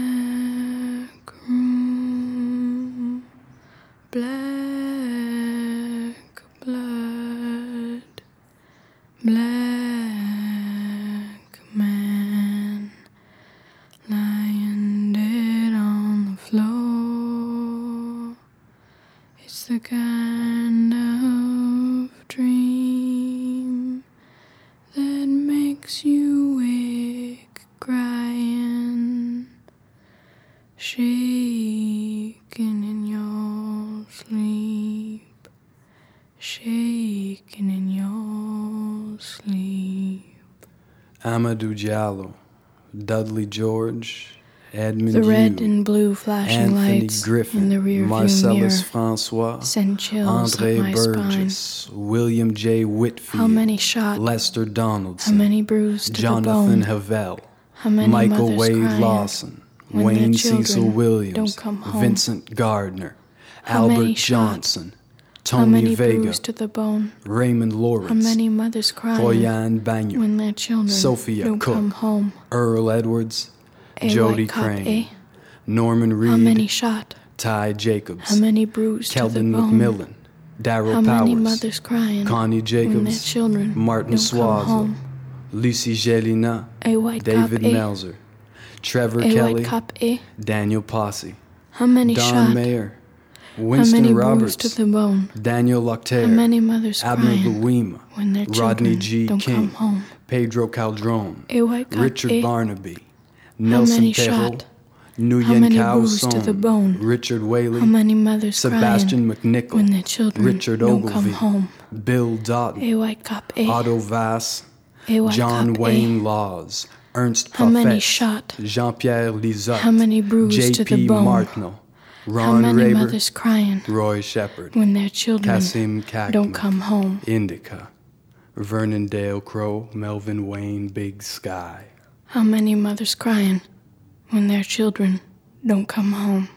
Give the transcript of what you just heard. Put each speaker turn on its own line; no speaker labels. Black room, black blood, black man lying dead on the floor. It's the kind of dream that makes you wake crying, shaking in your sleep, shaking in your sleep.
Amadou Diallo, Dudley George, Edmund
The red
Hugh,
and blue flashing
Anthony
lights
Griffin,
in the rear mirror
Marcellus Francois,
send chills up
Andre
my spine.
Burgess, William J. Whitfield,
How many shot?
Lester
How
Donaldson,
many bruised to the
Jonathan
bone?
Havel,
How many
Michael
mothers
Wade
crying?
Lawson,
when their
Wayne Cecil
children
Williams,
don't come home?
Vincent Gardner,
How many
Albert
shot?
Johnson,
How
Tony
many
Vega,
bruised to the bone?
Raymond
How
Lawrence,
many mothers crying
Royan Banyu,
when their children
Sophia
don't
Cook,
come home?
Earl Edwards,
A
Jody
white cop,
Crane,
eh?
Norman
How
Reed,
many shot?
Ty
How
Jacobs,
many bruised
Kelvin
to the bone?
McMillan, Daryl
How
Powers,
many mothers crying
Connie
when their
Jacobs,
children
Martin
don't come
Swazel,
home?
Lucy Gelina,
A white
David
cop, eh?
Melzer, Trevor
A
Kelly,
white cop, eh?
Daniel Posse,
How many
Don
shot?
Mayer,
How
Winston
many
Roberts,
bruised to the bone?
Daniel
How
Loctaire,
many mothers
Abner
crying
Louima,
when their
Rodney
children
G.
don't
King,
come home?
Pedro Calderon,
A white cop,
Richard
eh?
Barnaby, Nelson
many
Perrault,
shot?
Nguyen
many
Cao
bruised to
Song,
the bone?
Richard Whaley,
How many mothers
Sebastian
crying when
McNichol,
their children
Richard
don't come
Ogilvie,
home?
Bill Dotton,
A white cop, eh?
Otto Vass,
a white
John
cop, eh?
Wayne Laws, Ernst
How many
Parfait,
shot?
Jean-Pierre Lizotte,
How many bruised to the
J.P.
bone?
Martineau,
How
Ron
many
Raber,
mothers crying
Roy Shepard,
when their children
Cassim Kakman,
don't come home?
Indica, Vernon Dale Crow, Melvin Wayne, Big Sky.
How many mothers crying when their children don't come home?